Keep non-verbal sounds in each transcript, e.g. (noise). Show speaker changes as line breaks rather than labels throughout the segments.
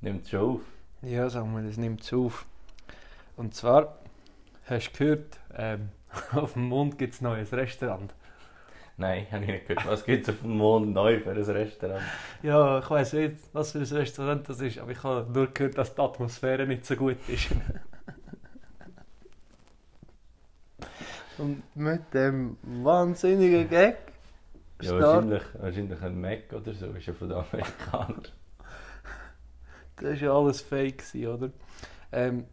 Nimmt schon auf.
Ja, sagen wir, das nimmt es auf. Und zwar, hast du gehört, ähm, (laughs) auf dem Mond gibt es ein neues Restaurant.
Nein, (laughs) habe ich nicht gehört. Was gibt es auf dem Mond neu für ein Restaurant?
Ja, ich weiß nicht, was für ein Restaurant das ist, aber ich habe nur gehört, dass die Atmosphäre nicht so gut ist. (laughs) Und mit dem wahnsinnigen Gag
Ja, wahrscheinlich, wahrscheinlich ein Mac oder so, ist ja von den Amerikanern.
Das war ja alles fake, gewesen, oder? Ähm,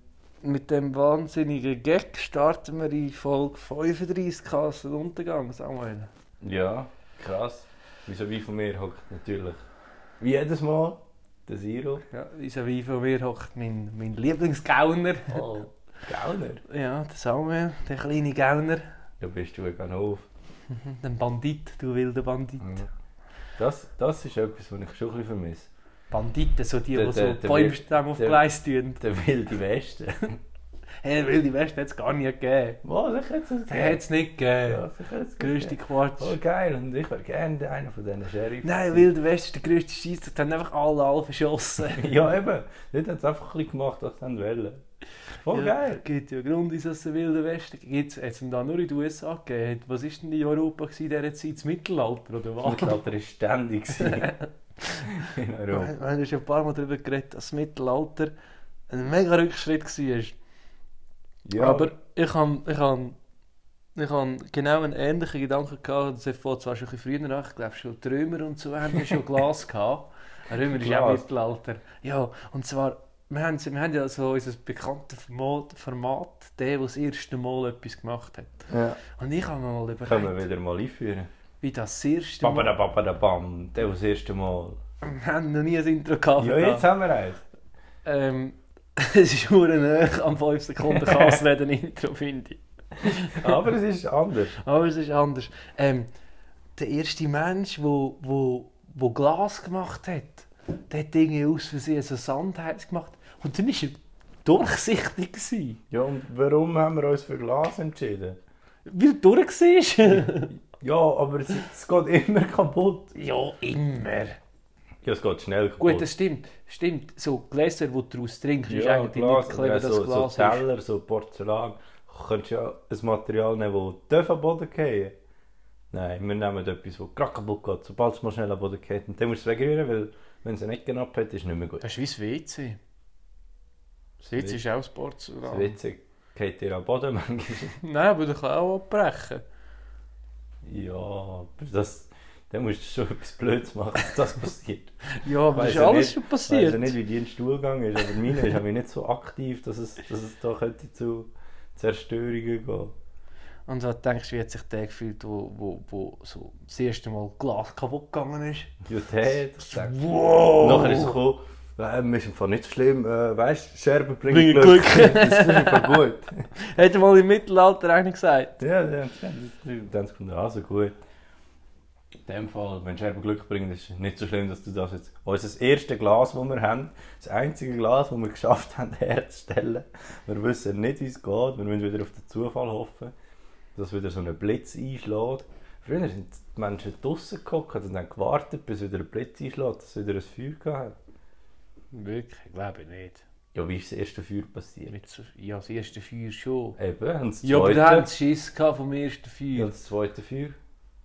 mit dem wahnsinnigen Gag starten wir in Folge 35 Kassenuntergang, Samuel.
Ja, krass. Wieso wie von mir hockt natürlich wie jedes Mal der Siro.
Ja, vis-à-vis von mir hockt mein, mein Lieblingsgauner. (laughs)
Oh, Gauner.
Ja, der Samuel, der kleine Gauner.
Ja, bist du ein Hof.
Der Bandit, du wilder Bandit.
Das, das ist etwas, was ich schon ein bisschen vermisse.
Banditen, so die,
Der-
die
der-
so
der
Bäumstämme auf
der-
Gleis tun.
Der wilde Westen. (laughs)
Hey, wilde Westen hat es gar nicht gegeben.
Was, ich hätte es
Den hat es nicht gegeben.
ich hätte es
Größte
gegeben.
Quatsch.
Oh geil, und ich wäre gerne einer von diesen Sheriffs.
Nein, Wilde West ist der grösste Scheiß, die haben einfach alle alle verschossen.
(laughs) Ja eben, dort hat es einfach ein bisschen gemacht, was sie wollen. Voll Oh, (laughs) geil.
Gibt ja Grund, dass es den Wilden Westen gibt. Hat es da nur in den USA gegeben? Hat- Was war denn in Europa gewesen in dieser Zeit? Das Mittelalter oder
Das (laughs)
was?
Mittelalter war (laughs) ständig gewesen. in
Wir
Europa.
wir haben ja schon ein paar Mal darüber geredet, dass das Mittelalter ein mega Rückschritt war.
Ja,
Aber ich habe ich han, ich han genau einen ähnlichen Gedanken gehabt. Das vor zwar schon ein bisschen früher nach, ich glaube schon die Römer und so haben ja
(laughs)
schon Glas gehabt. Römer ist ja auch
Glas.
Mittelalter. Ja, und zwar, wir haben, wir haben ja so unser bekanntes Format, Format, der, der das erste Mal etwas gemacht hat.
ja.
Und ich habe mir mal
können wir
überlegt,
wieder mal einführen.
wie das erste
Babada,
Mal...
babada, bam, der war das erste Mal.
(laughs) Wir haben noch nie ein Intro gehabt.
Ja, jetzt haben wir eins.
(laughs) Ähm, es ist verdammt nah am 5 Sekunden
(laughs)
Kassreden Intro, finde ich.
Aber es ist anders.
Aber es ist anders. Ähm, der erste Mensch, wo, wo, wo Glas gemacht hat, der hat irgendwie aus Versehen so Sandheiz gemacht. Und dann war er durchsichtig. Gewesen,
Ja, und warum haben wir uns für Glas entschieden?
weil er
(laughs)
durch war.
Ja, aber es, es geht immer kaputt.
ja, immer.
Ja, es geht schnell kaputt.
Gut, das stimmt. Stimmt, so Gläser, die du daraus trinkst, ist
ja,
eigentlich
Glas,
nicht clever,
oder
dass
so,
Glas
so Teller, so Porzellan. Du könntest ja ein Material nehmen, das darf am Boden fallen. Nein, wir nehmen etwas, das gerade kaputt geht, sobald es mal schnell am Boden geht. Und dann musst du es wegrühren, weil wenn es eine Ecke knapp hat, ist es nicht mehr
ist.
gut.
Das ist wie das WC. Das
WC
ist auch
Das
Porzellan.
ist witzig. Geht dir am Boden manchmal. (laughs)
Nein, aber das kann auch abbrechen.
Ja, aber das, dann musst du schon etwas Blödes machen, dass das passiert.
Ja, aber (laughs) das
Weiss
ist
ja
alles
nicht-
schon
Ich weiß
passiert.
ja nicht, wie dein Stuhlgang ist, aber meine ist aber nicht so aktiv, dass es, dass es da könnte zu Zerstörungen gehen
Und so denkst du, wie hat sich der gefühlt, wo, wo, wo so das erste Mal Glas kaputt gegangen ist?
Ja, der hat gesagt.
Wow!
Nachher ist es gekommen, ähm, ist im Fall nicht so schlimm, äh, weißt du, Scherben
Bringen
bringen Glück. (laughs)
Glück.
das ist einfach gut.
Hat er mal im Mittelalter einer gesagt.
Ja, ja, dann kommt er also gut. In dem Fall, wenn Scherben Glück bringt, ist es nicht so schlimm, dass du das jetzt. Unser erstes Glas, das wir haben, das einzige Glas, das wir geschafft haben (laughs) herzustellen. Wir wissen nicht, wie es geht. Wir müssen wieder auf den Zufall hoffen, dass wieder so ein Blitz einschlägt. Früher sind die Menschen draußen gehockt und haben gewartet, bis wieder ein Blitz einschlägt, dass sie wieder ein Feuer hatten.
Wirklich? Glaube ich nicht.
Ja, wie ist das erste Feuer passiert?
Mit so, ja, das erste Feuer schon.
Eben, und das
Ja, aber da haben
zweite.
sie Schiss gehabt vom ersten
Ja,
Feuer.
und das zweite Feuer.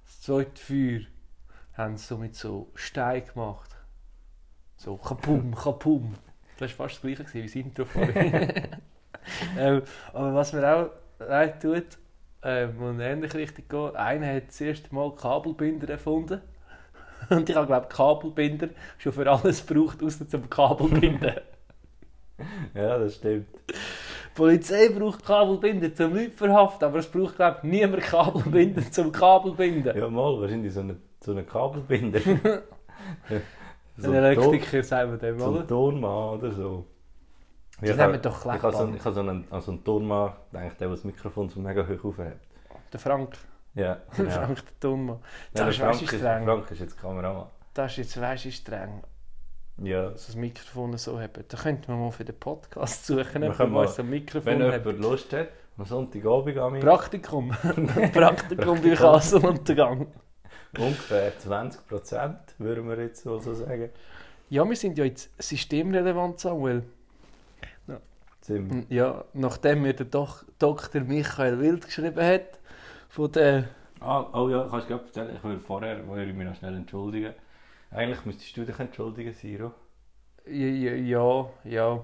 Das zweite Feuer haben sie so mit so Stein gemacht. So kapum, kapum. Das war fast das gleiche gewesen wie das Intro vorhin.
(laughs)
ähm, aber was mir auch leid tut, ähm, und ähnlich richtig geht, einer hat das erste Mal Kabelbinder erfunden. (laughs) Und ich habe, glaube Kabelbinder schon für alles gebraucht, außer
(laughs)
zum Kabelbinden.
Ja, das stimmt.
Die Polizei braucht Kabelbinder zum Leute verhaften, aber es braucht, glaube ich, niemand Kabelbinder zum Kabelbinden.
Ja, mal, wahrscheinlich so einen so eine
(laughs)
Kabelbinder.
Ein
einen Ton-
Elektriker, sagen wir dem,
so
oder?
einen Tonmann oder so.
Die
Ich
nehmen
hab-
doch
Ich habe so, einen-
Klebband.
ich hab so einen, an so einen Tonmann gedacht, der das Mikrofon so mega hoch aufhebt.
Der Frank. (laughs)
Ja,
Der
genau.
Frank der Tonmann.
Nein,
Das
der
ist weißt
Frank,
du,
ist,
streng.
Frank ist jetzt Kameramann.
Das ist jetzt weißt du, streng.
Ja.
Dass das Mikrofon so haben. Da könnten wir mal für den Podcast (laughs) suchen,
Wir
ob wir
können
mal
mal-
so ein
Wenn
Mikrofon
jemand
haben.
Lust hat, am Sonntagabend an mich, (laughs)
Praktikum. Praktikum bei Kassenuntergang.
ungefähr 20% würden wir jetzt so so sagen.
Ja, wir sind ja jetzt systemrelevant, Samuel.
Ziemlich.
Ja, nachdem mir der Dok Dr. Michael Wild geschrieben hat, von der...
Ah, oh ja, kannst du gerade erzählen. Ich will vorher, wollte ich mich noch schnell entschuldigen. Eigentlich müsstest du dich entschuldigen, Siro.
Ja, ja, ja, ja,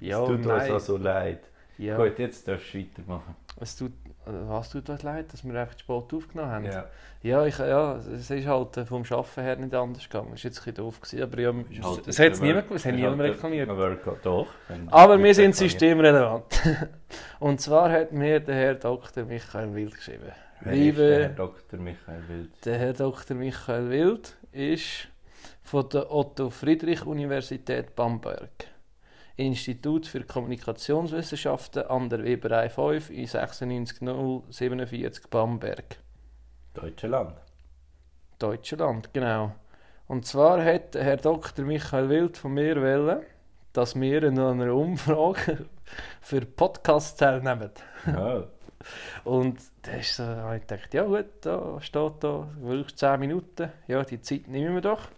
ja
es tut uns auch so leid.
ja.
Gut, jetzt darfst du weitermachen.
Es tut, was tut uns leid, dass wir einfach zu spät aufgenommen haben.
Ja.
Ja, ich, ja, es ist halt äh, vom Arbeiten her nicht anders gegangen. Es war jetzt ein bisschen doof, gewesen, aber ja,
Ist
es-
halt
es
ein
hat es niemand gewusst, es hat
ist
niemand
halt ein-
reklamiert.
ein Workout, doch. Wenn-
Aber wir sind
reklamiert.
systemrelevant. (laughs) Und zwar hat mir der Herr Dr. Michael Wild geschrieben.
Wer ist der Herr
Liebe,
Dr. Michael Wild.
der Herr Dr. Michael Wild ist von der Otto-Friedrich-Universität Bamberg. Institut für Kommunikationswissenschaften an der Weberei 5 in 96047 Bamberg.
Deutschland.
Deutschland, genau. Und zwar hat der Herr Dr. Michael Wild von mir wollen, dass wir in einer Umfrage (laughs) für Podcasts teilnehmen. (laughs)
Ja.
Und da ist so, da hab ich gedacht, ja gut, da steht da, wirklich 10 Minuten, ja, die Zeit nehmen wir doch.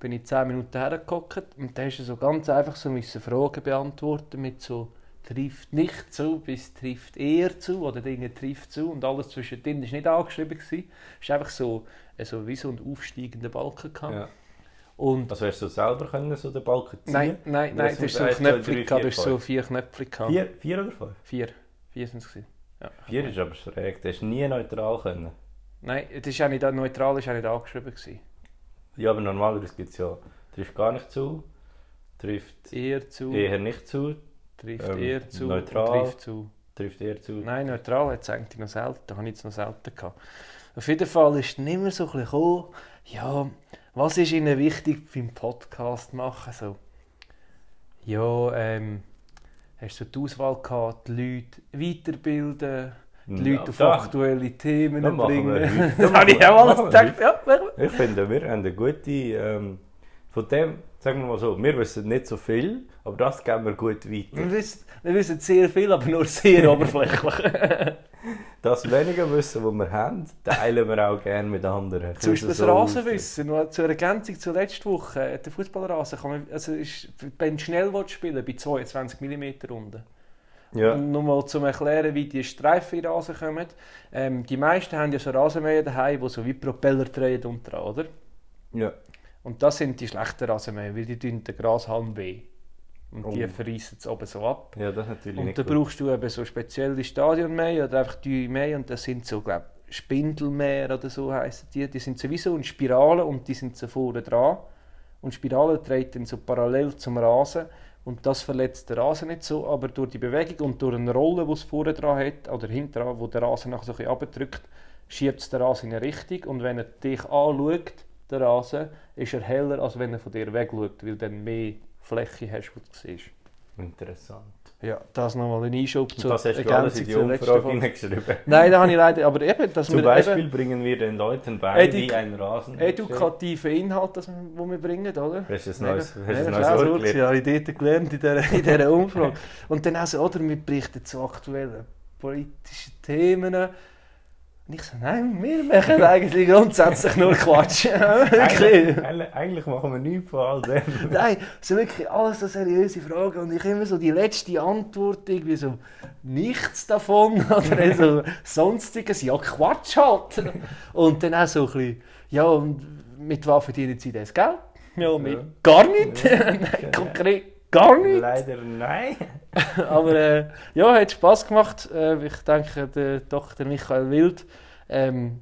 Bin ich 10 Minuten hergehockt und da ist so ganz einfach so müssen Fragen beantworten mit so trifft nicht zu, bis trifft eher zu oder Dinge trifft zu und alles zwischendrin ist nicht angeschrieben gewesen. Es ist einfach so, also wie so ein aufsteigender Balken gehabt.
ja.
Und
Also hast du selber können, so den Balken ziehen?
nein, nein,
Und
nein,
das
du hast
muss
so
eins, zwei,
Knöpfe
drei,
gehabt,
vier,
du hast so vier Knöpfe gehabt. Vier?
Vier, vier oder fünf?
Vier, vier sind es gewesen. Ja.
Vier ist aber schräg. Du hast nie neutral können.
Nein, das ist auch nicht, neutral ist auch nicht angeschrieben gewesen.
Ja, aber normalerweise gibt es ja, trifft gar nicht zu, trifft
Eher zu,
eher nicht zu,
trifft
Eh, ähm,
eher zu,
neutral.
und trifft zu.
trifft eher zu.
Nein, neutral hat es eigentlich noch selten, da habe ich es noch selten gehabt. Auf jeden Fall ist es immer so ein bisschen gekommen, ja, was ist Ihnen wichtig beim Podcast machen? So, ja, ähm, hast du die Auswahl gehabt, die Leute weiterbilden,
Mm.
die Leute auf
Da-
aktuelle Themen
das machen wir
(laughs) bringen?
heute.
Das habe ich auch
Das
alles
machen wir
gedacht, ja, machen wir.
Ich finde, wir haben eine gute. Ähm, von dem, sagen wir mal so, wir wissen nicht so viel, aber das geben wir gut weiter.
wir wissen, wir wissen sehr viel, aber
(laughs)
nur sehr oberflächlich.
Das wenige Wissen, das wir haben, teilen wir auch gerne mit anderen.
Zum Beispiel
Ich
das
finde es so
Rasenwissen, noch zur Ergänzung zur letzten Woche, äh, der Fußballrasen, kann man, also ist, wenn du schnell willst spielen bei 22 mm Runden.
lustig. Ja,
Und nur mal zum Erklären, wie die Streifen in den Rasen kommen. Ähm, die meisten haben ja so Rasenmäher daheim, die so wie Propeller drehen und dran, oder?
ja.
Und das sind die schlechten Rasenmäher, weil die tun den Grashalm weh. Und die
Oh.
verreissen es oben so ab.
ja, das ist natürlich
Und
nicht
da
gut.
brauchst du eben so spezielle Stadionmäher oder einfach die Mäher und das sind so, glaube ich, Spindelmäher oder so heissen die. Die sind sowieso in Spiralen und die sind so vorne dran. Und Spiralen dreht dann so parallel zum Rasen und das verletzt den Rasen nicht so, aber durch die Bewegung und durch eine Rolle, die es vorne dran hat oder hinten dran, wo der Rasen nachher so ein bisschen runterdrückt, schiebt es den Rasen in eine Richtung und wenn er dich anschaut, der Rasen, ist er heller, als wenn er von dir wegschaut, weil du dann mehr Fläche hast, die du siehst.
Interessant.
Ja, das nochmal ein Einschub
Und das hast du alles in die Umfrage (laughs) hineingeschrieben.
Nein, da habe ich leider, aber eben, dass
Zum
wir
Beispiel
eben
bringen wir den Leuten bei,
Edu-
wie ein Rasen.
edukative Inhalte, das, wo wir bringen, oder?
Hast du ein
Mega-
neues, hast du
mega
ein
schlau,
neues Wort
Urzi,
gelernt?
habe ich dort gelernt in dieser, in dieser Umfrage. Und dann auch so, oder, wir berichten zu aktuellen politischen Themen. Und ich so, nein, wir machen eigentlich grundsätzlich nur (laughs) Quatsch. Wirklich.
Eigentlich, eigentlich- eigentlich machen wir nichts von all (laughs)
(laughs)
dem.
Nein, es sind wirklich alles so seriöse Fragen und ich immer so die letzte Antwort irgendwie so nichts davon (laughs) oder so sonstiges, ja Quatsch halt. Und dann auch so ein bisschen, ja und mit was verdienen Sie das Geld? Ja, mit
Ja.
gar nicht,
Ja.
nein, konkret gar nicht.
Leider nein.
(laughs) Aber äh, ja, hat Spass gemacht. Äh, ich denke, der Dr. Michael Wild ähm,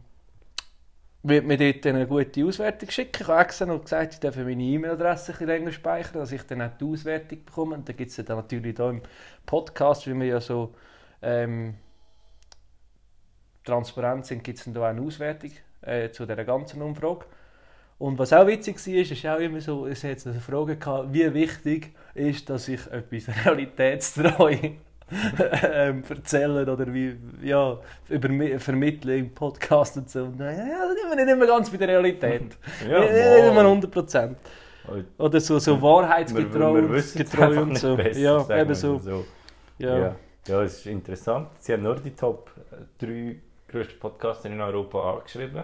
wird mir dort eine gute Auswertung schicken. Ich habe extra noch gesagt, ich darf meine E-Mail-Adresse ein bisschen länger speichern, dass ich dann auch die Auswertung bekomme. Und dann gibt es ja dann natürlich hier im Podcast, wie wir ja so ähm, transparent sind, gibt es dann da auch eine Auswertung äh, zu dieser ganzen Umfrage. Und was auch witzig war, ist, ist auch immer so, es hat so eine Frage gehabt, wie wichtig ist, dass ich etwas (laughs) realitätstreu ähm, erzähle oder wie, ja, über, vermittle im Podcast und so. Und dann, ja, da sind wir nicht immer ganz bei der Realität.
(laughs) Ja,
nicht immer
mal.
100%.
Wir-
Oder so, so
wir-
wahrheitsgetreu
wir
und-
wissen's
getreu
einfach
und
nicht
so.
besser, sagen
ja,
wir
eben so.
so.
Ja.
Ja. ja, es ist eh, interessant. Sie haben nur die Top 3 grössten Podcaster in Europa angeschrieben.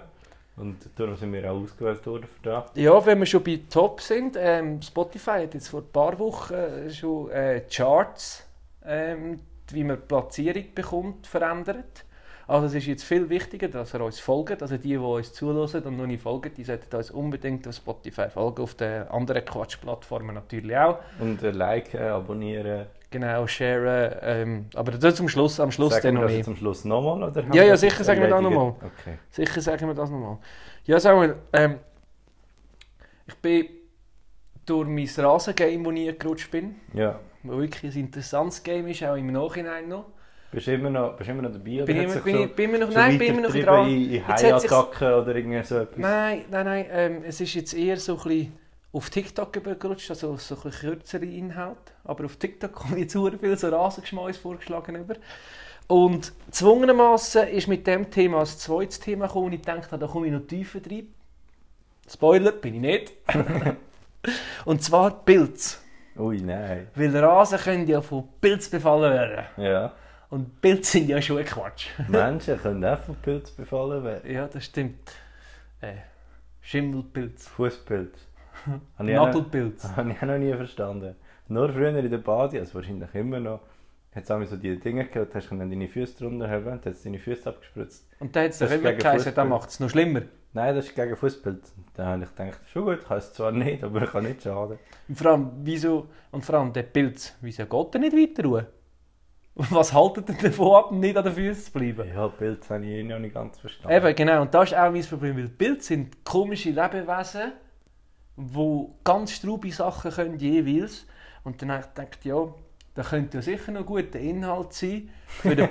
Und darum sind wir auch ausgewählt worden für das.
Ja, wenn wir schon bei Top sind, ähm, Spotify hat jetzt vor ein paar Wochen äh, schon äh, Charts, ähm, wie man die Platzierung bekommt, verändert. Also es ist jetzt viel wichtiger, dass ihr uns folgt, also die, die uns zulassen und noch nicht folgen, die sollten uns unbedingt auf Spotify folgen, auf den anderen Quatschplattformen natürlich auch.
Und äh, liken, abonnieren.
Genau, sharen, ähm, aber das zum Schluss, am Schluss dann
sagen wir
noch
das
mehr.
jetzt am Schluss nochmal? oder haben
Ja, ja,
das
sicher sagen wir das
erledigt?
nochmal.
Okay.
Sicher sagen wir das nochmal. Ja, Samuel, ähm, ich bin durch mein Rasengame, wo ich gerutscht bin,
Ja.
was wirklich ein interessantes Game ist, auch im Nachhinein noch.
Bist du immer noch, bist du immer noch dabei? oder
Bin
hat
ich,
sich
bin,
so-
ich, bin ich noch,
schon
nein, bin ich noch
weitergetrieben
dran.
In, in
Jetzt hat sich's-
Haiattacken oder irgendwie so etwas?
Nein, nein, nein, ähm, es ist jetzt eher so ein bisschen auf TikTok übergerutscht, also so ein bisschen kürzere Inhalte. Aber auf TikTok (laughs) kommt jetzt sehr viel so Rasengeschmäus vorgeschlagen über. Und zwungenermassen ist mit dem Thema als zweites Thema gekommen und ich dachte, da komme ich noch tiefer rein. Spoiler, bin ich nicht. und zwar Pilz.
Ui, nein.
Weil Rasen können ja von Pilz befallen werden.
Ja.
Und Pilze sind ja schon ein Quatsch.
Menschen können auch von Pilz befallen werden.
Ja, das stimmt. Äh, Schimmelpilz.
Fußpilz.
(laughs)
Habe ich auch (laughs) noch-
Nadelpilz.
habe ich auch noch nie verstanden. Nur früher in der Bade, also wahrscheinlich immer noch, hat es so die Dinge gehabt, hast du können deine Füße drunter haben, dann hat es deine Füße abgespritzt.
Und da hat es
Das
doch
ist
immer
gegen
geheißen,
Fußball.
das macht es noch schlimmer.
Nein, das ist gegen Fußpilz. Dann habe ich gedacht, schon gut, kann es zwar nicht, aber kann nicht schaden.
Und vor allem, wieso, und vor allem der Pilz, wieso geht er nicht weiter ruhen? Und was haltet ihr davon ab, nicht an den Füßen zu bleiben?
Ja, Pilz habe ich eh noch nicht ganz verstanden.
Eben, genau, und das ist auch mein Problem, weil Pilze sind komische Lebewesen, die ganz straube Sachen können jeweils. Und dann habe ich gedacht, ja, da könnte ja sicher noch guter Inhalt sein für den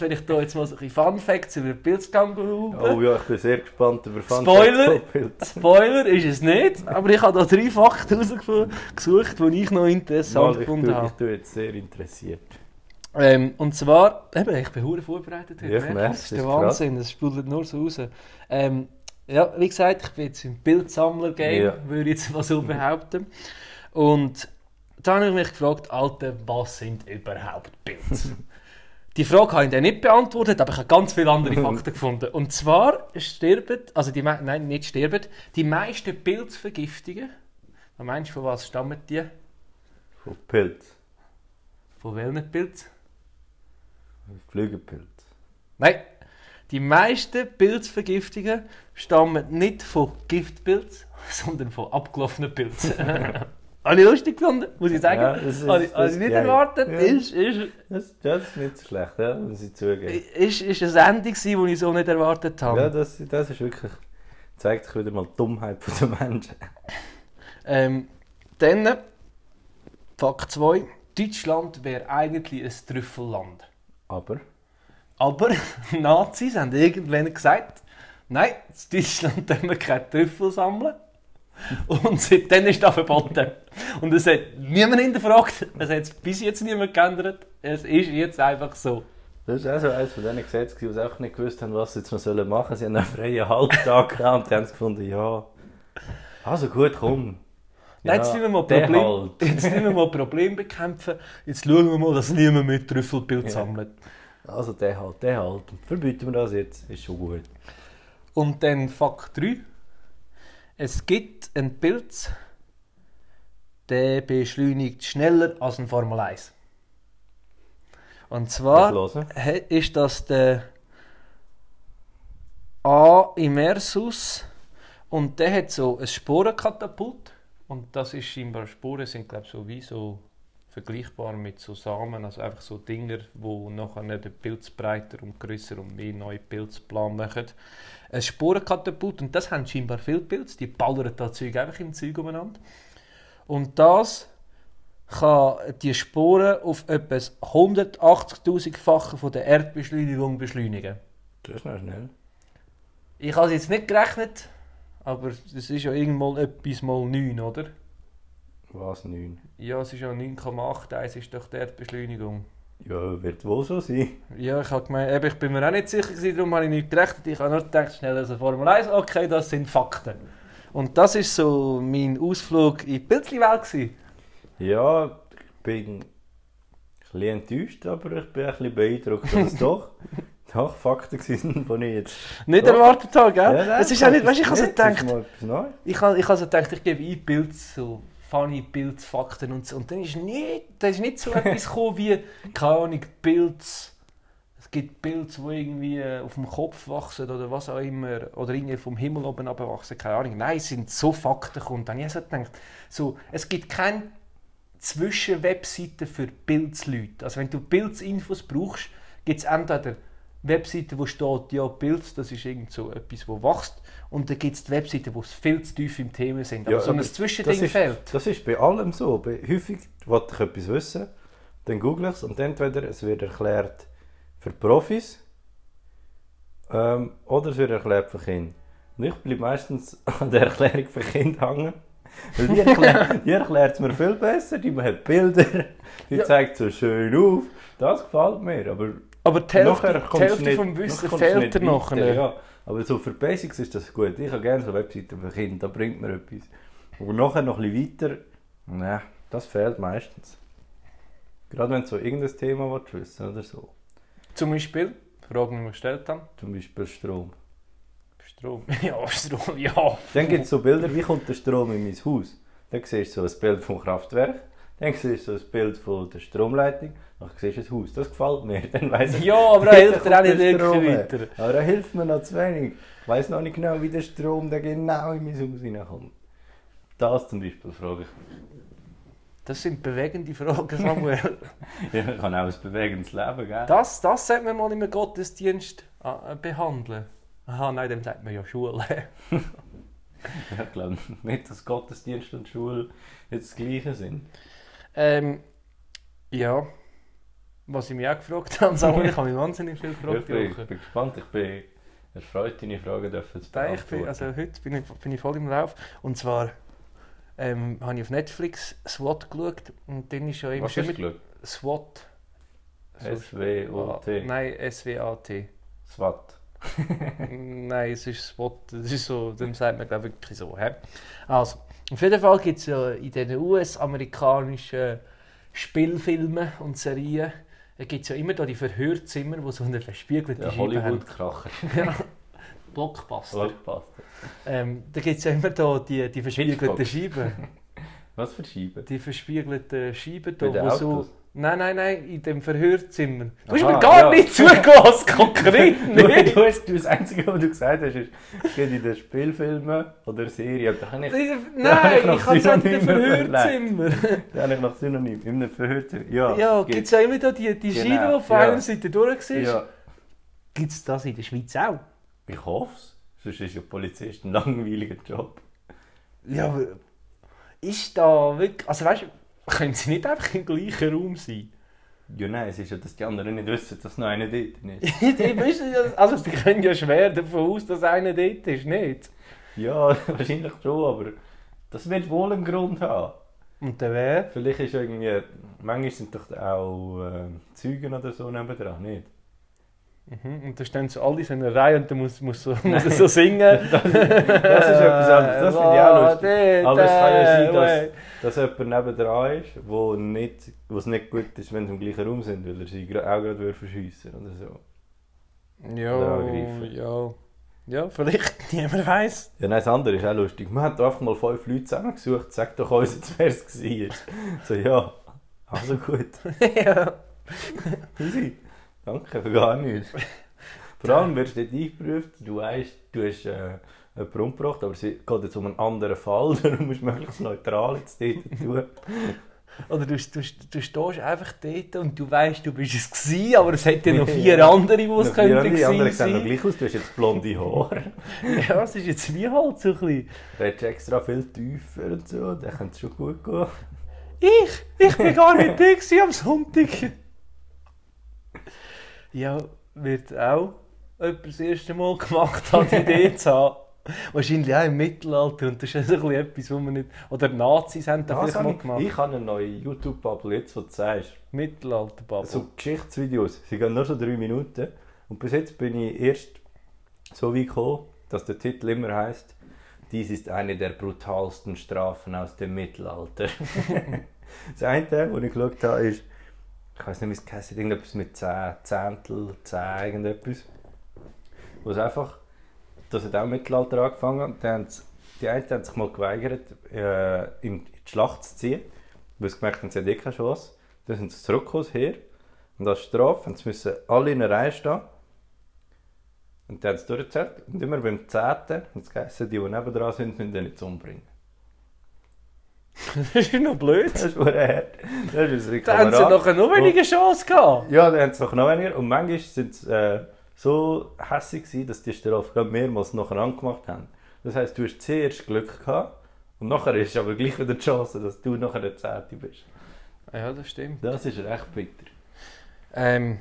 (laughs)
wenn ich da jetzt mal so ein bisschen Fun Facts über den Pilzgang
Oh ja, ich bin sehr gespannt über Fun
Spoiler!
Facts von Pilz.
(laughs) Spoiler ist es nicht, aber ich habe da drei Fakten rausgesucht, die ich noch interessant
Mal, ich,
gefunden
tue, ich
habe.
tue jetzt sehr interessiert.
Ähm, und zwar, eben, ich bin hure vorbereitet
Ja, ich
merkst du?
merke,
Das
es
ist der
ist
Wahnsinn, das sprudelt nur so raus. Ähm, ja, wie gesagt, ich bin jetzt im Bildsammler-Game,
Ja.
würde ich jetzt mal so behaupten. Und da habe ich mich gefragt, Alter, was sind überhaupt Pilze? die Frage habe ich dann nicht beantwortet, aber ich habe ganz viele andere Fakten gefunden. Und zwar sterben, also die, mei- nein, nicht sterben, die meisten Pilzvergiftungen, was meinst du, von was stammen die?
Von Pilz.
Von welchen Pilz?
Flügelpilz.
Nein, die meisten Pilzvergiftungen stammen nicht von Giftpilz, (laughs) sondern von abgelaufenen Pilzen. (laughs) Habe ich lustig gefunden, muss ich sagen.
Ja, das ist-
Habe ich, habe
das
ich
ist
nicht
geil.
erwartet.
Ja.
Ist, ist,
Das, das ist nicht so schlecht, ja, muss ich zugeben.
ist, ist eine Sendung, gewesen, die ich so nicht erwartet habe.
Ja, das, das ist wirklich. zeigt sich wieder mal die Dummheit der Menschen.
Ähm, dann, Fakt 2. Deutschland wäre eigentlich ein Trüffelland.
Aber.
Aber (laughs) Nazis haben irgendwann gesagt, nein, in Deutschland (laughs) dürfen wir keine Trüffel sammeln. Und seitdem ist das verboten. Und es hat niemand hinterfragt, es hat es bis jetzt niemand geändert. Es ist jetzt einfach so.
Das war auch so eines von diesen Gesetzen, die einfach nicht gewusst haben, was sie jetzt noch sollen machen sollen. Sie haben einen freien (laughs) Halbtag gehabt und haben gefunden, ja. Also gut, komm.
Nein,
Ja,
jetzt, müssen wir mal
der
Problem,
halt.
(laughs) jetzt müssen wir mal Problem bekämpfen. Jetzt schauen wir mal, dass niemand mehr Trüffelbild sammelt.
Also der halt, der halt. Verbieten wir das jetzt, ist schon gut.
Und dann Fakt 3. Es gibt einen Pilz, der beschleunigt schneller als ein Formel 1. Und zwar
Was hören?
he- ist das der A. Immersus und der hat so ein Sporenkatapult. Und das ist scheinbar, Sporen sind glaube ich so wie so vergleichbar mit so Samen, also einfach so Dinger, wo nachher den Pilz breiter und größer und mehr neue Pilzplan machen. Ein Sporenkatapult und das haben scheinbar viele Pilze, die ballern da Zeug einfach im Zeug umeinander. Und das kann die Sporen auf etwas 180.000-fache von der Erdbeschleunigung beschleunigen.
Das ist noch schnell.
Ich habe es jetzt nicht gerechnet, aber es ist ja irgendwann etwas mal 9, oder?
Was, neun?
Ja, es ist ja 9,8, eins ist doch die Erdbeschleunigung.
Ja, wird wohl so sein.
Ja, ich habe gemeint, eben, ich bin mir auch nicht sicher, gewesen, darum habe ich nicht gerechnet. Ich habe nur gedacht, schneller als eine Formel 1, okay, das sind Fakten. Und das ist so mein Ausflug in die Pilzli-Welt. gewesen.
Ja, ich bin ein bisschen enttäuscht, aber ich bin ein bisschen beeindruckt, dass es doch, Doch, Fakten sind von jetzt.
Nicht
Doch.
erwartet habe, gell?
nein,
das ist auch nicht, weißt du, ich habe so
nicht, das ist
gedacht,
mal etwas Neues.
ich habe ich habe so gedacht, ich gebe ein Bild, so funny Bild, Fakten und so. Und dann ist nicht, da ist nicht so etwas gekommen wie, keine Ahnung, Pilz. Es gibt Pilze, die irgendwie äh, auf dem Kopf wachsen oder was auch immer. Oder irgendwie vom Himmel oben abwachsen, keine Ahnung. Nein, es sind so Fakten gekommen. Dann habe ich so gedacht, so, es gibt keine Zwischenwebseiten für Pilzleute. Also wenn du Pilzinfos brauchst, gibt es entweder Webseiten, wo steht, ja, Pilz, das ist irgend so etwas, wo wächst. Und dann gibt es die Webseiten, wo es viel zu tief im Thema sind. Aber
Ja,
so ein
aber Das
Zwischending
ist,
fehlt.
das ist bei allem so. Bei, häufig will ich etwas wissen, dann google ich es und entweder es wird erklärt für Profis ähm, oder es wird erklärt für Kinder. Und ich bleibe meistens (laughs) an der Erklärung für Kinder hängen. Weil die
(laughs)
erklärt, die erklärt es mir viel besser, die hat Bilder, die
Ja.
zeigt so schön auf. Das gefällt mir, aber
Aber die Hälfte, die
kommst du
Hälfte
nicht-
vom Wissen
nachher kommst du
fehlt
nicht
dir
weiter,
nachher.
Ja, aber so für die Basics ist das gut. Ich habe gerne so Webseiten für Kinder, da bringt mir etwas. Aber nachher noch ein bisschen weiter, ne, das fehlt meistens. Gerade wenn du so irgendein Thema willst wissen oder so.
Zum Beispiel, Fragen, die wir gestellt haben,
Zum Beispiel Strom.
Strom. (laughs) Ja, Strom, ja.
Dann gibt es so Bilder, wie kommt der Strom in mein Haus? Dann siehst du so ein Bild vom Kraftwerk, dann siehst du so ein Bild von der Stromleitung, dann siehst du ein Haus. Das gefällt mir, (laughs) dann weiss ich,
Ja, aber da hilft dir auch
kommt
nicht
der
wirklich
Strom
weiter.
her. Aber er hilft mir noch zu wenig. Ich weiss noch nicht genau, wie der Strom da genau in mein Haus reinkommt. Das zum Beispiel frage ich.
Das sind bewegende Fragen, (laughs) Samuel.
Ja, ich kann auch ein bewegendes Leben, gell?
Das, das sollte man mal im Gottesdienst äh, behandeln. Aha, nein, dem sagt man ja Schule. (laughs)
Ja, Ich glaube nicht, dass Gottesdienst und Schule jetzt das Gleiche sind.
ähm, ja. Was ich mich auch gefragt habe, Samuel, ich habe mich wahnsinnig viel
Ja, Ich
gefragt.
bin,
die
ich
Woche.
bin gespannt, ich bin erfreut, deine Fragen dürfen zu
Nein, ich bin,
beantworten.
also heute bin ich, bin ich voll im Lauf. Und zwar ähm, habe ich auf Netflix SWAT geschaut und dann ist ja immer
Was hast du
mit
geschaut?
SWAT.
S-W-O-T.
Ah, Nein, SWAT.
SWAT.
Nein, es ist Spot, das ist so, dem sagt man glaube ich wirklich so. He? Also, auf jeden Fall gibt es ja in den US-amerikanischen Spielfilmen und Serien gibt es ja immer da die Verhörzimmer, wo so eine verspiegelte
Der
Scheibe haben.
Hollywood-Kracher.
(laughs)
Oh,
Ja, Blockbuster.
Blockbuster.
Ähm, da gibt es ja immer da die, die verspiegelten
Hitchcock.
Scheiben.
Was für Scheiben?
Die verspiegelten Scheiben
Bei
da,
den
wo so...
Autos?
Nein, nein, nein, in dem Verhörzimmer. Du hast
Aha,
mir gar
ja.
nicht
(laughs)
zugelassen, konkret
Du,
nicht.
du hast, du, das Einzige, was du gesagt hast, ist, es geht in den Spielfilmen oder Serien. Da habe ich, (laughs) Da habe
Nein,
ich noch
ich habe gesagt, in dem
Synonyme
Verhörzimmer.
da habe ich noch Synonym. In einem Verhörzimmer. (laughs) Ja,
Ja, gibt es ja immer da die, die
Genau,
Schiene, die auf
ja.
einer Seite durch war.
ja.
Gibt es das in der Schweiz auch?
Ich hoffe es. Sonst ist ja Polizist ein langweiliger Job.
Ja, aber ist da wirklich. Also weißt du, können sie nicht einfach im gleichen Raum (laughs) sein?
Ja, nein, es ist ja, dass die anderen nicht wissen, dass noch einer dort
(laughs)
ist.
die müssen ja, also sie können ja schwer davon aus, dass einer dort ist, nicht?
Ja, wahrscheinlich schon, aber das wird wohl einen Grund haben.
Und der wer?
Vielleicht ist irgendwie, manchmal sind doch auch äh, Zeugen oder so nebendran, nicht?
Mhm. Und da stehen so alle in so einer Reihe und dann muss, muss, so, muss er
(laughs)
so singen.
Das ist, das ist etwas anderes, das
(laughs)
finde ich auch lustig. Aber es kann ja sein, dass, dass jemand nebendran ist, wo nicht, wo es nicht gut ist, wenn sie im gleichen Raum sind, weil er sie gra- auch gerade würde verschiessen oder so. Oder
Ja,
angreifen.
ja. Ja, vielleicht. Niemand weiß.
Ja, nein, das andere ist auch lustig. Man hat einfach mal fünf Leute zusammengesucht, sagt doch uns (laughs) jetzt, wer es war. So, ja, also gut.
ja.
(laughs) Easy. Danke für gar nichts. Vor allem wirst du nicht eingeprüft, du weißt, du hast äh, jemanden umgebracht, aber es geht jetzt um einen anderen Fall, (laughs) darum musst du möglichst neutral jetzt dort tun.
Oder du, du, du stehst einfach dort und du weißt, du bist es gewesen, aber es hätte ja noch vier
Ja.
andere, die es
Noch vier
könnten
andere, Die anderen
gewesen
sehen noch
sein.
gleich aus, du hast jetzt blonde Haare,
Ja, es ist jetzt wie halt so ein bisschen.
redest extra viel tiefer und so, dann könnte es schon gut gehen.
Ich, ich bin gar nicht da gewesen am Sonntag. Ja, wird auch jemand das erste Mal gemacht hat,
(laughs)
die Idee zu haben. Wahrscheinlich auch im Mittelalter und das ist so ein bisschen etwas, was man nicht... Oder die Nazis haben das
Das
vielleicht mal
habe
gemacht.
ich, ich habe eine neue YouTube-Bubble, jetzt wo du sagst.
Mittelalter-Bubble.
So Geschichtsvideos, sie gehen nur so drei Minuten und bis jetzt bin ich erst so weit gekommen, dass der Titel immer heißt: Dies ist eine der brutalsten (laughs) Strafen aus dem Mittelalter. das eine, was ich geschaut habe, ist ich weiß nicht, wie es geheißen hat, irgendetwas mit 10, Zehntel, 10, irgendetwas. Wo es einfach, das hat auch im Mittelalter angefangen, die, haben, es- die einen haben sich mal geweigert, äh, in die Schlacht zu ziehen, weil sie gemerkt haben, sie haben eh keine Chance. Dann sind sie zurückgekommen, her, und als Strafe haben sie müssen alle in einer Reihe stehen. Und die haben es durchgezählt, und immer beim Zehnten, und es geheißen, die, die nebendran sind, müssen den nicht umbringen.
(laughs) das ist noch blöd.
Das ist verdammt hart. Das ist unsere
Da haben sie
Kamera.
nachher noch
Oh.
weniger Chance gehabt.
Ja, dann haben sie noch weniger. Und manchmal sind sie äh, so hässig gewesen, dass die Strafe gerade mehrmals nacheinander gemacht haben. Das heisst, du hast zuerst Glück gehabt und nachher ist aber gleich wieder die Chance, dass du nachher der Zehnte bist.
Ja, das stimmt.
Das ist recht bitter.
Ähm,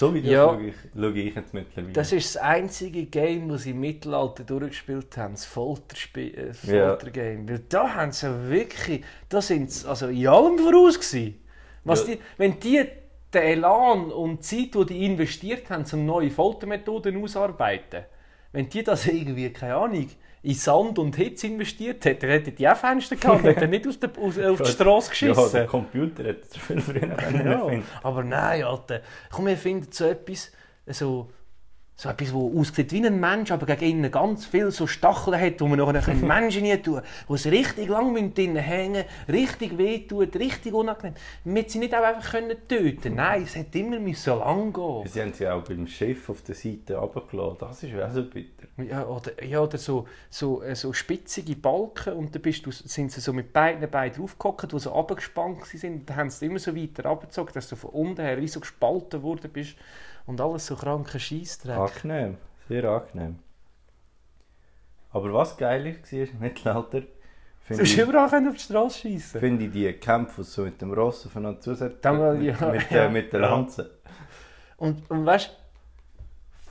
So wie
Ja.
schaue ich, schaue ich jetzt mittlerweile.
das ist das einzige Game, das sie im Mittelalter durchgespielt haben, das Folterspiel, äh, das
Ja.
Foltergame. Weil da haben sie ja wirklich, da sind sie also in allem voraus gewesen. Was
Ja.
die, wenn die den Elan und die Zeit, die die investiert haben, um neue Foltermethoden ausarbeiten, wenn die das irgendwie, keine Ahnung, in Sand und Hitze investiert hätten, dann hätten die auch
(laughs)
Fenster gehabt, hätten nicht aus der, aus, auf die Straße
Ja,
geschissen.
der Computer hätte es
(laughs)
viel früher können
Ja,
erfinden.
aber nein, Alter. Komm, wir finden so etwas, so, so etwas, wo aussieht wie ein Mensch, aber gegen innen ganz viel so Stacheln hat, wo man nachher können Menschen nie tun wo es richtig lang müssen drinnen hängen, richtig wehtut, richtig unangenehm. Wir hätten sie nicht auch einfach können töten. Nein, es hätte immer müssen lang gehen.
Sie haben sie auch beim Schiff auf der Seite runtergelassen. Das ist auch so bitter.
Ja, oder, ja, oder so, so, äh, so spitzige Balken und dann bist du, sind sie so mit beiden Beinen draufgehockt, die so runtergespannt gewesen sind. Und dann haben sie immer so weiter runtergezogen, dass du von unten her wie so gespalten worden bist und alles so kranker Scheissdreck.
Angenehm, sehr angenehm. Aber was geil war (laughs) im Mittelalter,
(laughs) Du
finde
hast
ich,
überall können auf die Straße schiessen
finde ich die Kämpfe, die so mit dem Ross aufeinander zusetzen,
Dann mal-
mit,
ja,
mit,
ja.
äh, mit der Lanze.
Und, und weißt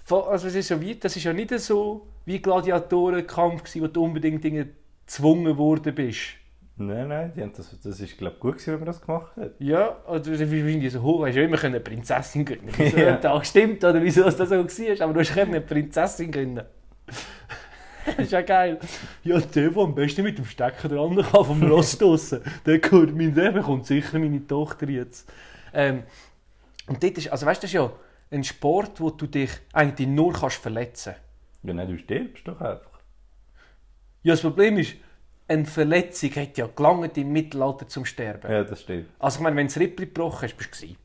du, also es ist ja wie, das ist ja nicht so wie Gladiatorenkampf, gewesen, wo du unbedingt Dinge gezwungen worden bist.
Nein, nein, die haben das, das ist glaube gut gewesen, wenn man das gemacht hat.
Ja, oder wie wie die so hoch hast du immer können eine Prinzessin gründen. (laughs) Wieso
Ja.
das stimmt oder wieso das so war, aber du hast können eine Prinzessin gründen. das (laughs) ist ja geil. Ja, der, der am besten mit dem Stecker dran (laughs) kann, vom Rost draussen, der gehört mein Leben, kommt sicher meine Tochter jetzt. Ähm, und dort ist, also weißt du, das ist ja ein Sport, wo du dich eigentlich nur kannst verletzen kannst.
Ja, nein, du stirbst doch einfach.
Ja, das Problem ist, eine Verletzung hat ja gelangt im Mittelalter zum Sterben.
Ja, das stimmt.
Also ich meine, wenn du das Rippli gebrochen hast, bist du gewesen.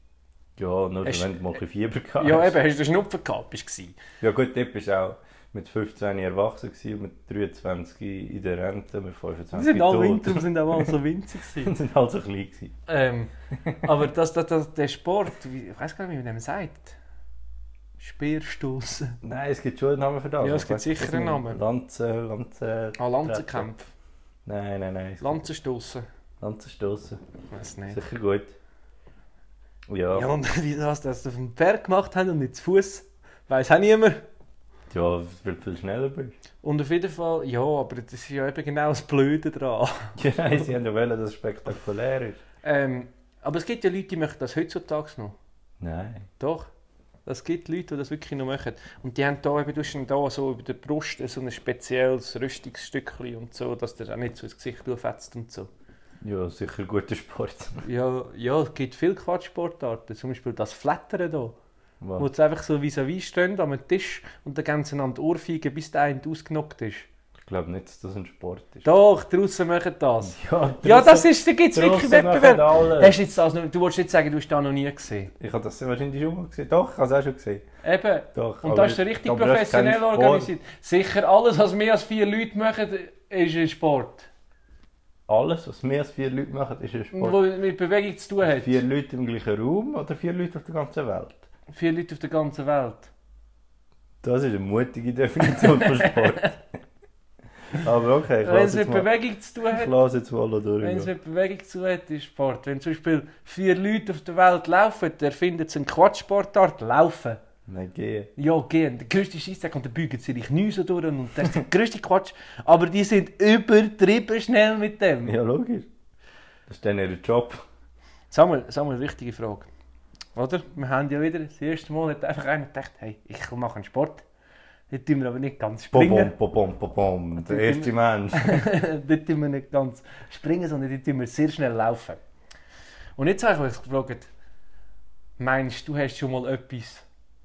Ja, nur
Hast-
wenn du mal ein bisschen Fieber gehabt
Ja,
hast.
eben, hast du den Schnupfen gehabt, bist du gewesen.
Ja gut, dort bist du auch mit 15 erwachsen gewesen, und mit 23 in der Rente, mit 25
Die sind alle
tot.
winter und sind auch alle so winzig
(laughs)
gewesen.
Die sind also klein gewesen.
(laughs) ähm, aber das, das, das, der Sport, wie- ich weiß gar nicht, wie man dem sagt. Speerstoßen.
Nein, es gibt schon einen Namen für das.
Ja, es
Ich
gibt
weiss nicht,
sicher einen Namen.
Lanze, Lanze.
Ah, Lanzenkampf.
Nein, nein, nein.
Lanzenstoßen.
Lanzenstossen.
Ich weiß nicht.
Sicher gut. Ja,
Ja,
ja.
und wie das, das auf dem Pferd gemacht haben und nicht zu Fuß, weiß auch niemand.
weil du viel schneller bist.
Und auf jeden Fall, ja, aber das ist ja eben genau das Blöde (laughs) dran.
(laughs) Ja, "Nou, nein, sie haben ja wollen, dass es spektakulär ist.
Ähm, aber es gibt ja Leute, die möchten das heutzutage noch.
Nein.
Doch. Es gibt Leute, die das wirklich noch machen. Und die haben da eben du hast dann da so über der Brust so ein spezielles Rüstungsstückchen und so, dass der auch nicht so ins Gesicht fetzt und so.
Ja, sicher guter Sport. (laughs)
Ja, ja, es gibt viele Quatschsportarten. Zum Beispiel das Flattern hier. Wo
Was?
sie einfach so vis-à-vis stehen am Tisch und dann geben sie einander Ohrfeigen, bis der eine ausgenockt ist.
Ich glaube nicht, dass das ein Sport ist.
Doch, draussen machen das.
(laughs) Ja,
Ja, das ist, da gibt es wirklich Wettbewerb.
Wettbewerb.
Hast du, jetzt das noch, du wolltest nicht sagen, du hast das noch nie gesehen.
Ich habe das wahrscheinlich schon mal gesehen. Doch, ich habe es auch schon gesehen.
Eben,
Doch,
Und
aber-
das ist so richtig
aber das ist kein
professionell
Sport.
organisiert. Sicher, alles, was mehr als vier Leute machen, ist ein Sport.
Alles, was mehr als vier Leute machen, ist ein Sport.
Wo mit Bewegung zu tun hat.
Vier
Vier,
Leute im gleichen Raum oder vier Leute auf der ganzen Welt?
Leute auf der ganzen Welt.
Das ist eine mutige Definition von
(laughs)
Sport. Aber okay, ich
Wenn es
lasse
mit
jetzt mal,
Bewegung zu tun
ich
hat,
lasse jetzt mal durch.
wenn es
ja.
mit Bewegung zu tun hat, ist Sport. Wenn zum Beispiel vier Leute auf der Welt laufen, dann findet es eine Quatschsportart, Laufen.
Nein, geh.
Ja, gehen. Der grösste Scheissdreck und dann bügen sie dich nie so durch und das ist der grösste Quatsch. Aber die sind übertrieben schnell mit dem.
Ja, logisch. Das ist dann ihr Job.
Samuel, Samuel, wichtige Frage. Oder? Wir haben ja wieder, das erste Mal hat einfach einer gedacht, hey, ich mache einen Sport. Dort tun wir aber nicht ganz springen.
Bom, bom, bom, bom, bom. Der erste Mensch.
dort tun wir (laughs) nicht ganz springen, sondern dort tun wir sehr schnell laufen. Und jetzt habe ich mich gefragt, Meinst du, du hast schon mal etwas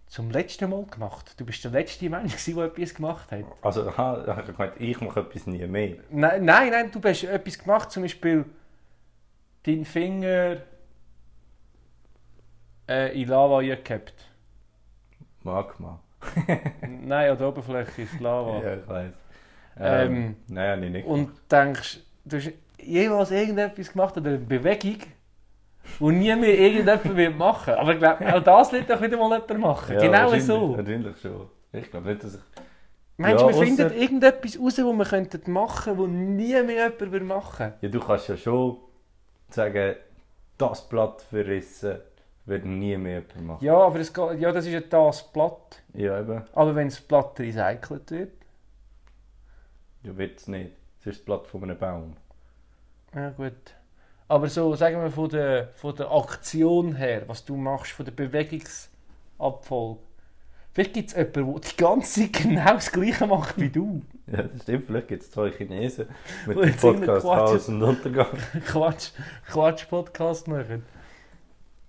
zum letzten Mal gemacht? Du bist der letzte Mensch, gewesen, der etwas gemacht hat.
Also, aha, ich habe gemeint, ich mache etwas nie mehr.
Nein, nein, nein, du hast etwas gemacht, zum Beispiel deinen Finger äh, in Lava gehabt.
Magma.
nein, an der Oberfläche ist Lava.
Ja, ich weiß.
Ähm,
nein, habe ich nicht.
Und denkst, du hast jemals irgendetwas gemacht oder eine Bewegung, wo nie mehr irgendjemand wird machen Aber ich glaube, auch das wird doch wieder mal jemand machen.
Ja,
genau
wahrscheinlich-
so.
Wahrscheinlich schon. Ich glaube nicht, dass ich...
Meinst
Ja,
du, wir finden
ausser-
irgendetwas raus, wo wir könnten machen, wo nie mehr jemand wird machen?
Ja, du kannst ja schon sagen, das Blatt verrissen wird nie mehr jemand machen.
Ja, aber es geht, ja, das ist ja das Blatt.
Ja, eben.
Aber wenn das Blatt recycelt wird,
Du willst nicht. Es ist das Blatt von einem Baum.
ja gut. Aber so, sagen wir von der, von der Aktion her, was du machst, von der Bewegungsabfolge. Vielleicht gibt es jemanden, der die ganze Zeit genau das Gleiche macht
(laughs)
wie du.
Ja, das stimmt. Vielleicht gibt es zwei Chinesen mit
Wo
dem
jetzt immer
Podcast
Quatsch-
Haus und Untergang.
Quatsch, Quatsch-Podcast machen.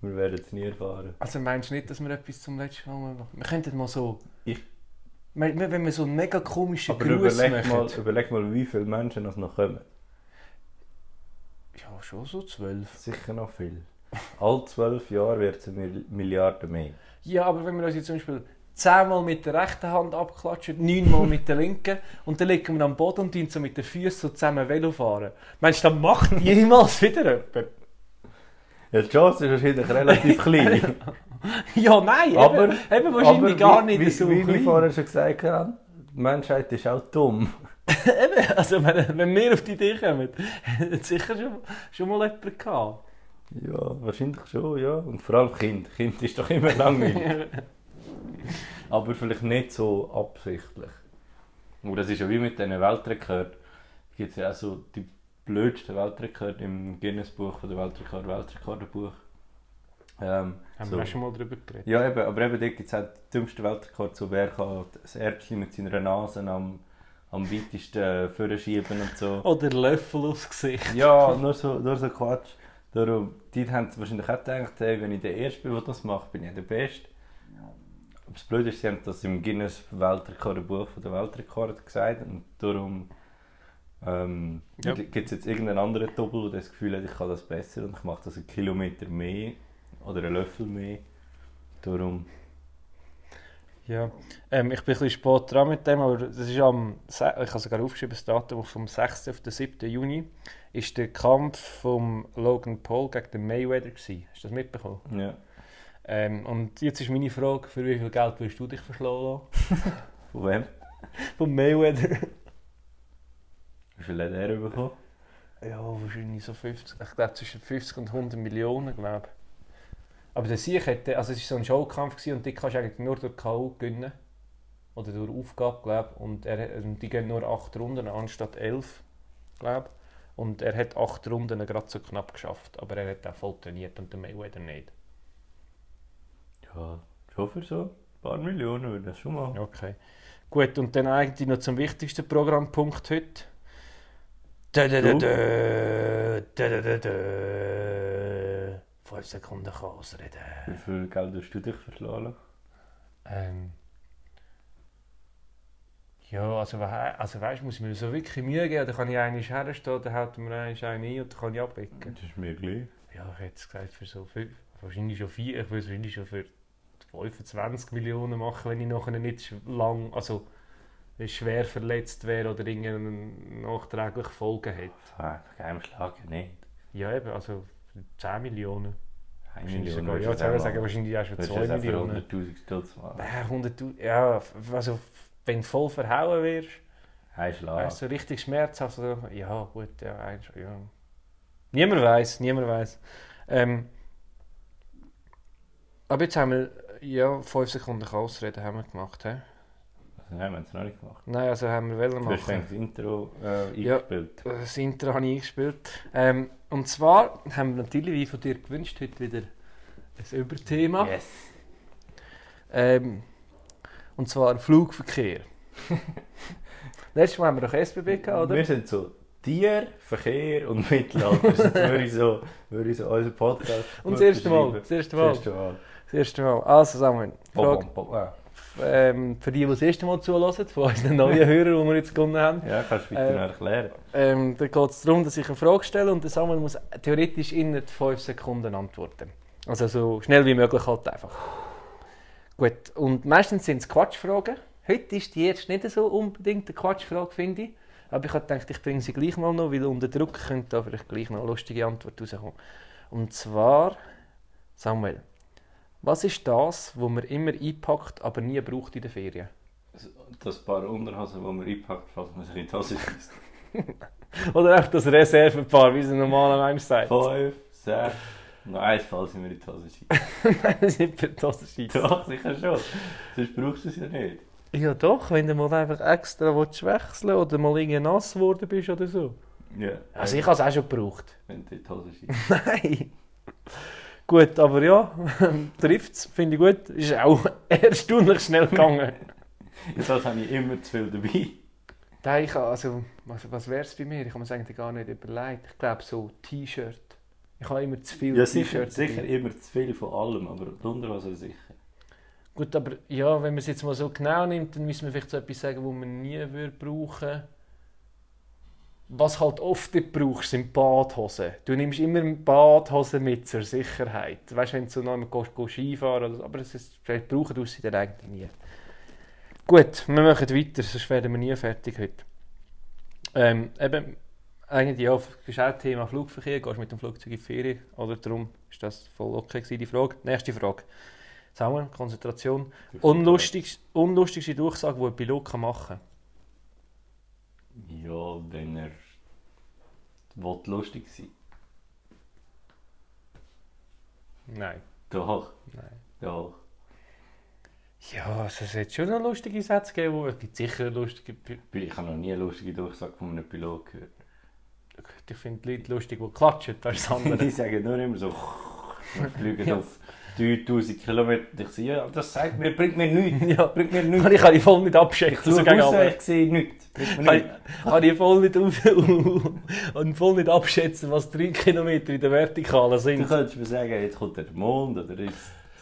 Wir werden es nie erfahren.
Also meinst du nicht, dass wir etwas zum letzten Mal machen? Wir könnten mal so...
Ich-
Wir- wir- Wenn wir so einen mega komischen
Aber
Gruß
überleg
machen.
mal, überleg mal, wie viele Menschen das noch kommen.
Ja, schon so zwölf.
Sicher noch viel. All zwölf Jahre wird es eine Mil- Milliarde mehr.
Ja, aber wenn wir uns jetzt zum Beispiel zehnmal mit der rechten Hand abklatschen, neunmal mit der linken und dann liegen wir am Boden und tun so mit den Füßen so zusammen Velo fahren. Meinst du, das macht jemals wieder jemand? (laughs)
Ja, die Chance ist wahrscheinlich relativ klein.
Ja, nein,
Aber-
eben, eben wahrscheinlich
wie-
gar nicht
wie,
so
Wie wir
klein.
vorher schon gesagt haben, die Menschheit ist auch dumm.
(laughs) Eben, also wenn, wenn wir auf die Idee kommen, (laughs) hat sicher schon, schon mal jemand gehabt.
Ja, wahrscheinlich schon, ja. Und vor allem Kind. Kind ist doch immer
(laughs)
langweilig. Aber vielleicht nicht so absichtlich. Und das ist ja wie mit diesen Weltrekord. Da gibt es ja auch so die blödsten Weltrekorde im Guinness-Buch von der Weltrekord, Weltrekordebuch. Ähm,
Haben
so.
wir auch schon mal drüber geredet.
Ja, eben, aber eben dort gibt es auch den dümmsten Weltrekord, so wer kann das Erbschen mit seiner Nase am, am weitesten vorschieben und so.
Oder Löffel aufs Gesicht.
Ja, nur so, nur so Quatsch. Darum, die haben wahrscheinlich auch gedacht, hey, wenn ich der Erste bin, der das macht, bin ich der Beste. Aber das Blöde ist, sie haben das im Guinness Weltrekordbuch von der Weltrekord gesagt und darum ähm,
Ja.
gibt es jetzt irgendeinen anderen Doppel, der das Gefühl hat, ich kann das besser und ich mache das einen Kilometer mehr oder einen Löffel mehr. Darum,
Ja, ähm, ich bin ein bisschen spät dran mit dem, aber das ist am, se- ich habe sogar aufgeschrieben, das Datum vom 6. auf den 7. Juni ist der Kampf von Logan Paul gegen den Mayweather gewesen. Hast du das mitbekommen?
ja.
Ähm, und jetzt ist meine Frage, für wie viel Geld willst du dich verschlagen lassen?
Von wem?
Vom Mayweather?
Wie viel hat er bekommen?
Ja, wahrscheinlich so 50, ich glaube zwischen 50 und 100 Millionen, glaube Aber der Sieg hätte, also es war so ein Showkampf gewesen und die kannst du eigentlich nur durch K.O. gewinnen. Oder durch Aufgabe, glaube ich. Und er, und die gehen nur 8 Runden anstatt 11, glaube ich. Und er hat 8 Runden gerade so knapp geschafft. Aber er hat auch voll trainiert und der Mayweather nicht.
Ja, schon für so ein paar Millionen würde das schon machen.
Okay. Gut, und dann eigentlich noch zum wichtigsten Programmpunkt heute. Da, da, da,
Du?
da, da, da, da, da. 5 Sekunden Chaos reden.
Wie viel Geld hast du dich verschlagen?
Ähm, ja, also, wei- also weißt, muss ich mir so wirklich Mühe geben, dann kann ich einmal herstehen, dann hält mir einmal einen ein und dann kann ich abwecken.
Das ist mir gleich.
Ja, ich hätte es gesagt, für so fünf, wahrscheinlich schon vier, ich würde es wahrscheinlich schon für 25 Millionen machen, wenn ich nachher nicht sch- lang, also wenn ich schwer verletzt wäre oder irgendeine nachträgliche Folge hätte.
Einfach einem Schlag, nicht.
Ja eben, also für 10 Millionen.
Eine
Wahrscheinlich
Million
sogar,
würdest
ja, jetzt
du
würde
auch
ich sagen,
machen.
wahrscheinlich auch schon
Würdest
2 Millionen.
du das auch für 100'000 Stutz machen?
Ja, 100.000, ja, f- also f- wenn du voll verhauen wirst,
Ein Schlag.
weißt du, richtig schmerzhaft, also, ja gut, ja, eigentlich, ja. Niemand weiß, niemand weiß. Ähm, aber jetzt haben wir, ja, 5 Sekunden Ausreden haben wir gemacht, hä?
Also, nein, wir haben es noch nicht gemacht.
Nein, also haben wir wollen
Du hast
machen.
eigentlich das Dus Intro äh,
Ja.
eingespielt.
Das Intro habe ich eingespielt. Ähm, und zwar haben wir natürlich, wie von dir gewünscht, heute wieder ein Überthema.
Yes.
Ähm, und zwar Flugverkehr. Letztes Mal haben wir doch SBB gehabt, oder?
Wir sind so Tier, Verkehr und Mittelalter. das würde ich so, würde ich so unseren Podcast
Und das erste Mal,
beschreiben.
das erste
Das
Mal.
erste Mal.
Das erste Mal. Also Samuel, Frage,
Bom, bom, bom. Ah,
ähm, für die, die das erste Mal zuhören, von unseren neuen Hörern, die wir jetzt gewonnen haben,
Ja, kannst du weiter
Äh,
erklären.
ähm, da geht es darum, dass ich eine Frage stelle und der Samuel muss theoretisch innerhalb 5 Sekunden antworten. Also so schnell wie möglich halt einfach. Gut, und meistens sind es Quatschfragen. Heute ist die jetzt nicht so unbedingt eine Quatschfrage, finde ich. Aber ich habe gedacht, ich bringe sie gleich mal noch, weil unter Druck könnte da vielleicht gleich noch eine lustige Antwort rauskommen. Und zwar, Samuel, was ist das, was man immer einpackt, aber nie braucht in den Ferien? (laughs)
Dus, Das paar Unterhosen, die man einpackt, falls man sich in die Hose schießt. (laughs)
Oder auch das Reservepaar, wie es ein normaler Mensch sagt.
Fünf, sechs. Nein, falls ich mir in die Hose schießt.
Nein, (laughs) das ist nicht für
(laughs)
das Scheiße.
Doch, sicher schon. Sonst brauchst du es dus ja nicht.
Ja doch, wenn du mal einfach extra willst wechseln oder mal irgendwie nass geworden bist oder so.
Ja.
Also ich habe es auch schon gebraucht.
Wenn du in die Hose (laughs) schießt.
(laughs) Nein. Gut, aber ja, (laughs) trifft es, finde ich gut. Ist auch (laughs) erstaunlich schnell gegangen.
Das habe ich immer zu viel dabei.
Nein, ich habe, also, was, was wäre es bei mir? Ich habe mir eigentlich gar nicht überlegt. Ich glaube so T-Shirt. Ich habe immer zu viel
Ja, sicher,
dabei.
sicher immer zu viel von allem, aber die Unterhose sicher.
Gut, aber ja, wenn man es jetzt mal so genau nimmt, dann müssen wir vielleicht so etwas sagen, wo man nie würde brauchen Was halt oft nicht brauchst, sind Badhosen. Du nimmst immer Badhosen mit zur Sicherheit. Weißt du, wenn du so noch einmal gehst, gehst Skifahren oder so. Aber es ist, vielleicht brauchen du sie dann eigentlich nie. Gut, wir machen weiter, sonst werden wir nie fertig heute. Ähm, eben, eigentlich ja, ist auch Thema Flugverkehr. Gehst mit dem Flugzeug in die Ferien? Oder darum ist das voll okay gewesen, die Frage. Nächste Frage. Samuel, Konzentration. Unlustigste, unlustigste Durchsage, die ein Pilot kann machen
Ja, wenn er will lustig sein.
kann? Nein.
Doch,
Nein.
doch.
Ja, also es hat schon noch lustige Sätze gegeben, wo es gibt sicher lustige Pi-
Ich habe noch nie eine lustige Durchsage von einem Pilot gehört.
Ich finde die Leute lustig, die klatschen, das ist
(laughs)
das
Die
(laughs) andere.
sagen nur immer so, wir fliegen auf 3000 Kilometer. Ich sage, ja, das sagt mir, bringt mir nichts.
ja.
Bringt mir
Ich
nichts.
(laughs) kann ich die voll nicht
Ich
abschätzen, so
schaue
gegen
raus,
alle.
ich sehe nichts. Bringt mir
Kann ich-
nichts.
Kann ich voll nicht, auf (laughs) und voll nicht abschätzen, was 3 Kilometer in der Vertikalen
Du
sind.
könntest mir sagen, jetzt kommt der Mond oder ist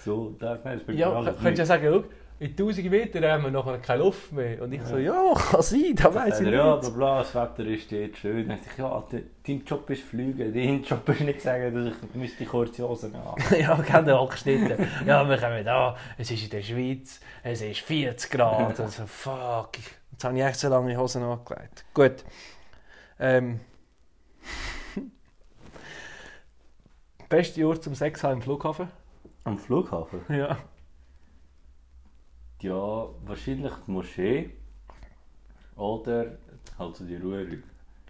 so, das, nein, das bringt mir
Ja,
alles
könntest ja
nichts.
sagen, schau, in 1000 Metern haben wir nachher keine Luft mehr. Und ich so, ja, kann sein, da weiß
Sagt
ich
er, Äh,
nicht.
Ja, bla bla, das Wetter ist jetzt schön. Dann dachte ich, ja, de- dein Job ist fliegen, dein (laughs) Job ist nicht sagen, dass ich müsste kurze Hosen haben.
(laughs) ja, gerne angeschnitten. Ja, wir kommen da. Es ist in der Schweiz. Es ist 40 Grad. Also, fuck. Jetzt habe ich echt so lange Hosen angelegt. Gut. Ähm. (laughs) Beste Uhr zum Sex haben im Flughafen? (laughs)
Am Flughafen?
Ja.
Ja, wahrscheinlich die Moschee. Oder halt so die Ruhe.
Die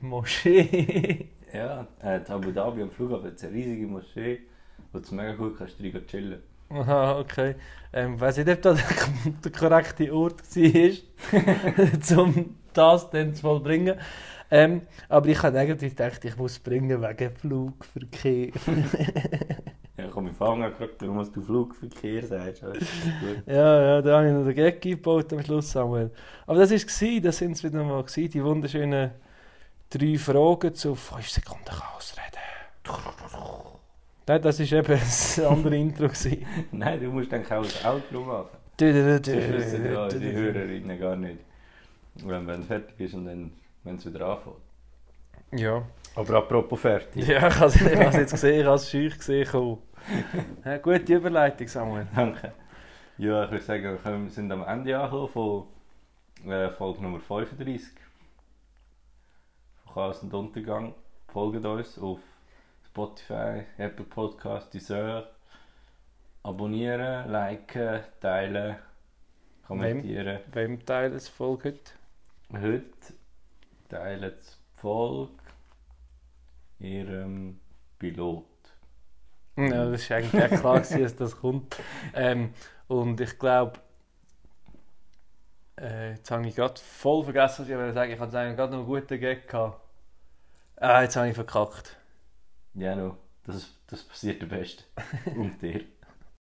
Moschee. (laughs)
Ja, äh, die Abu Dhabi am Flughafen hat eine riesige Moschee, wo du mega gut kannst reingehen chillen.
Aha, okay. Ähm, weiss nicht, ob das (laughs) der korrekte Ort war, (laughs) um das dann zu vollbringen. Ähm, aber ich habe eigentlich gedacht, ich muss es bringen wegen Flugverkehr.
Ja, komm, ich fange an, gerade, du musst du Flugverkehr sagst. aber ist (laughs) gut.
Ja, ja, da habe ich noch den Gag eingebaut am Schluss, Samuel. Aber das war es, das sind es wieder mal, gewesen, die wunderschönen drei Fragen zu 5 Sekunden kann ausreden. Nein, das war eben das andere Intro. gewesen.
Nein, du musst dann auch das Outro machen.
(laughs) Dü- dü- dü-
Das wissen
dü-
ja
dü-
die
dü-
Hörerinnen gar nicht. Wenn es fertig ist und dann, wenn es wieder anfängt.
dü- Ja,
Aber apropos fertig.
ja ich habe es ich habe es jetzt gesehen, ich habe es scheuch gesehen. (laughs) Cool. Ja, gute Überleitung, Samuel.
(laughs) Danke. Ja, ich würde sagen, wir kommen- sind am Ende angekommen von äh, Folge Nummer 35. Von Chaos und Untergang. Folgt uns auf Spotify, Apple Podcast, Deezer. Abonnieren, liken, teilen, kommentieren.
Wem Teil es Folge heute?
Heute teilen die Folge ihrem Pilot.
Ja, das war eigentlich auch klar, gewesen, dass das kommt. Ähm, und ich glaube, äh, jetzt habe ich gerade voll vergessen, was ich wollte sagen Ich hatte eigentlich gerade noch einen guten Gag. Gehabt. Ah, jetzt habe ich verkackt.
Ja, no, das, das passiert am besten. und dir.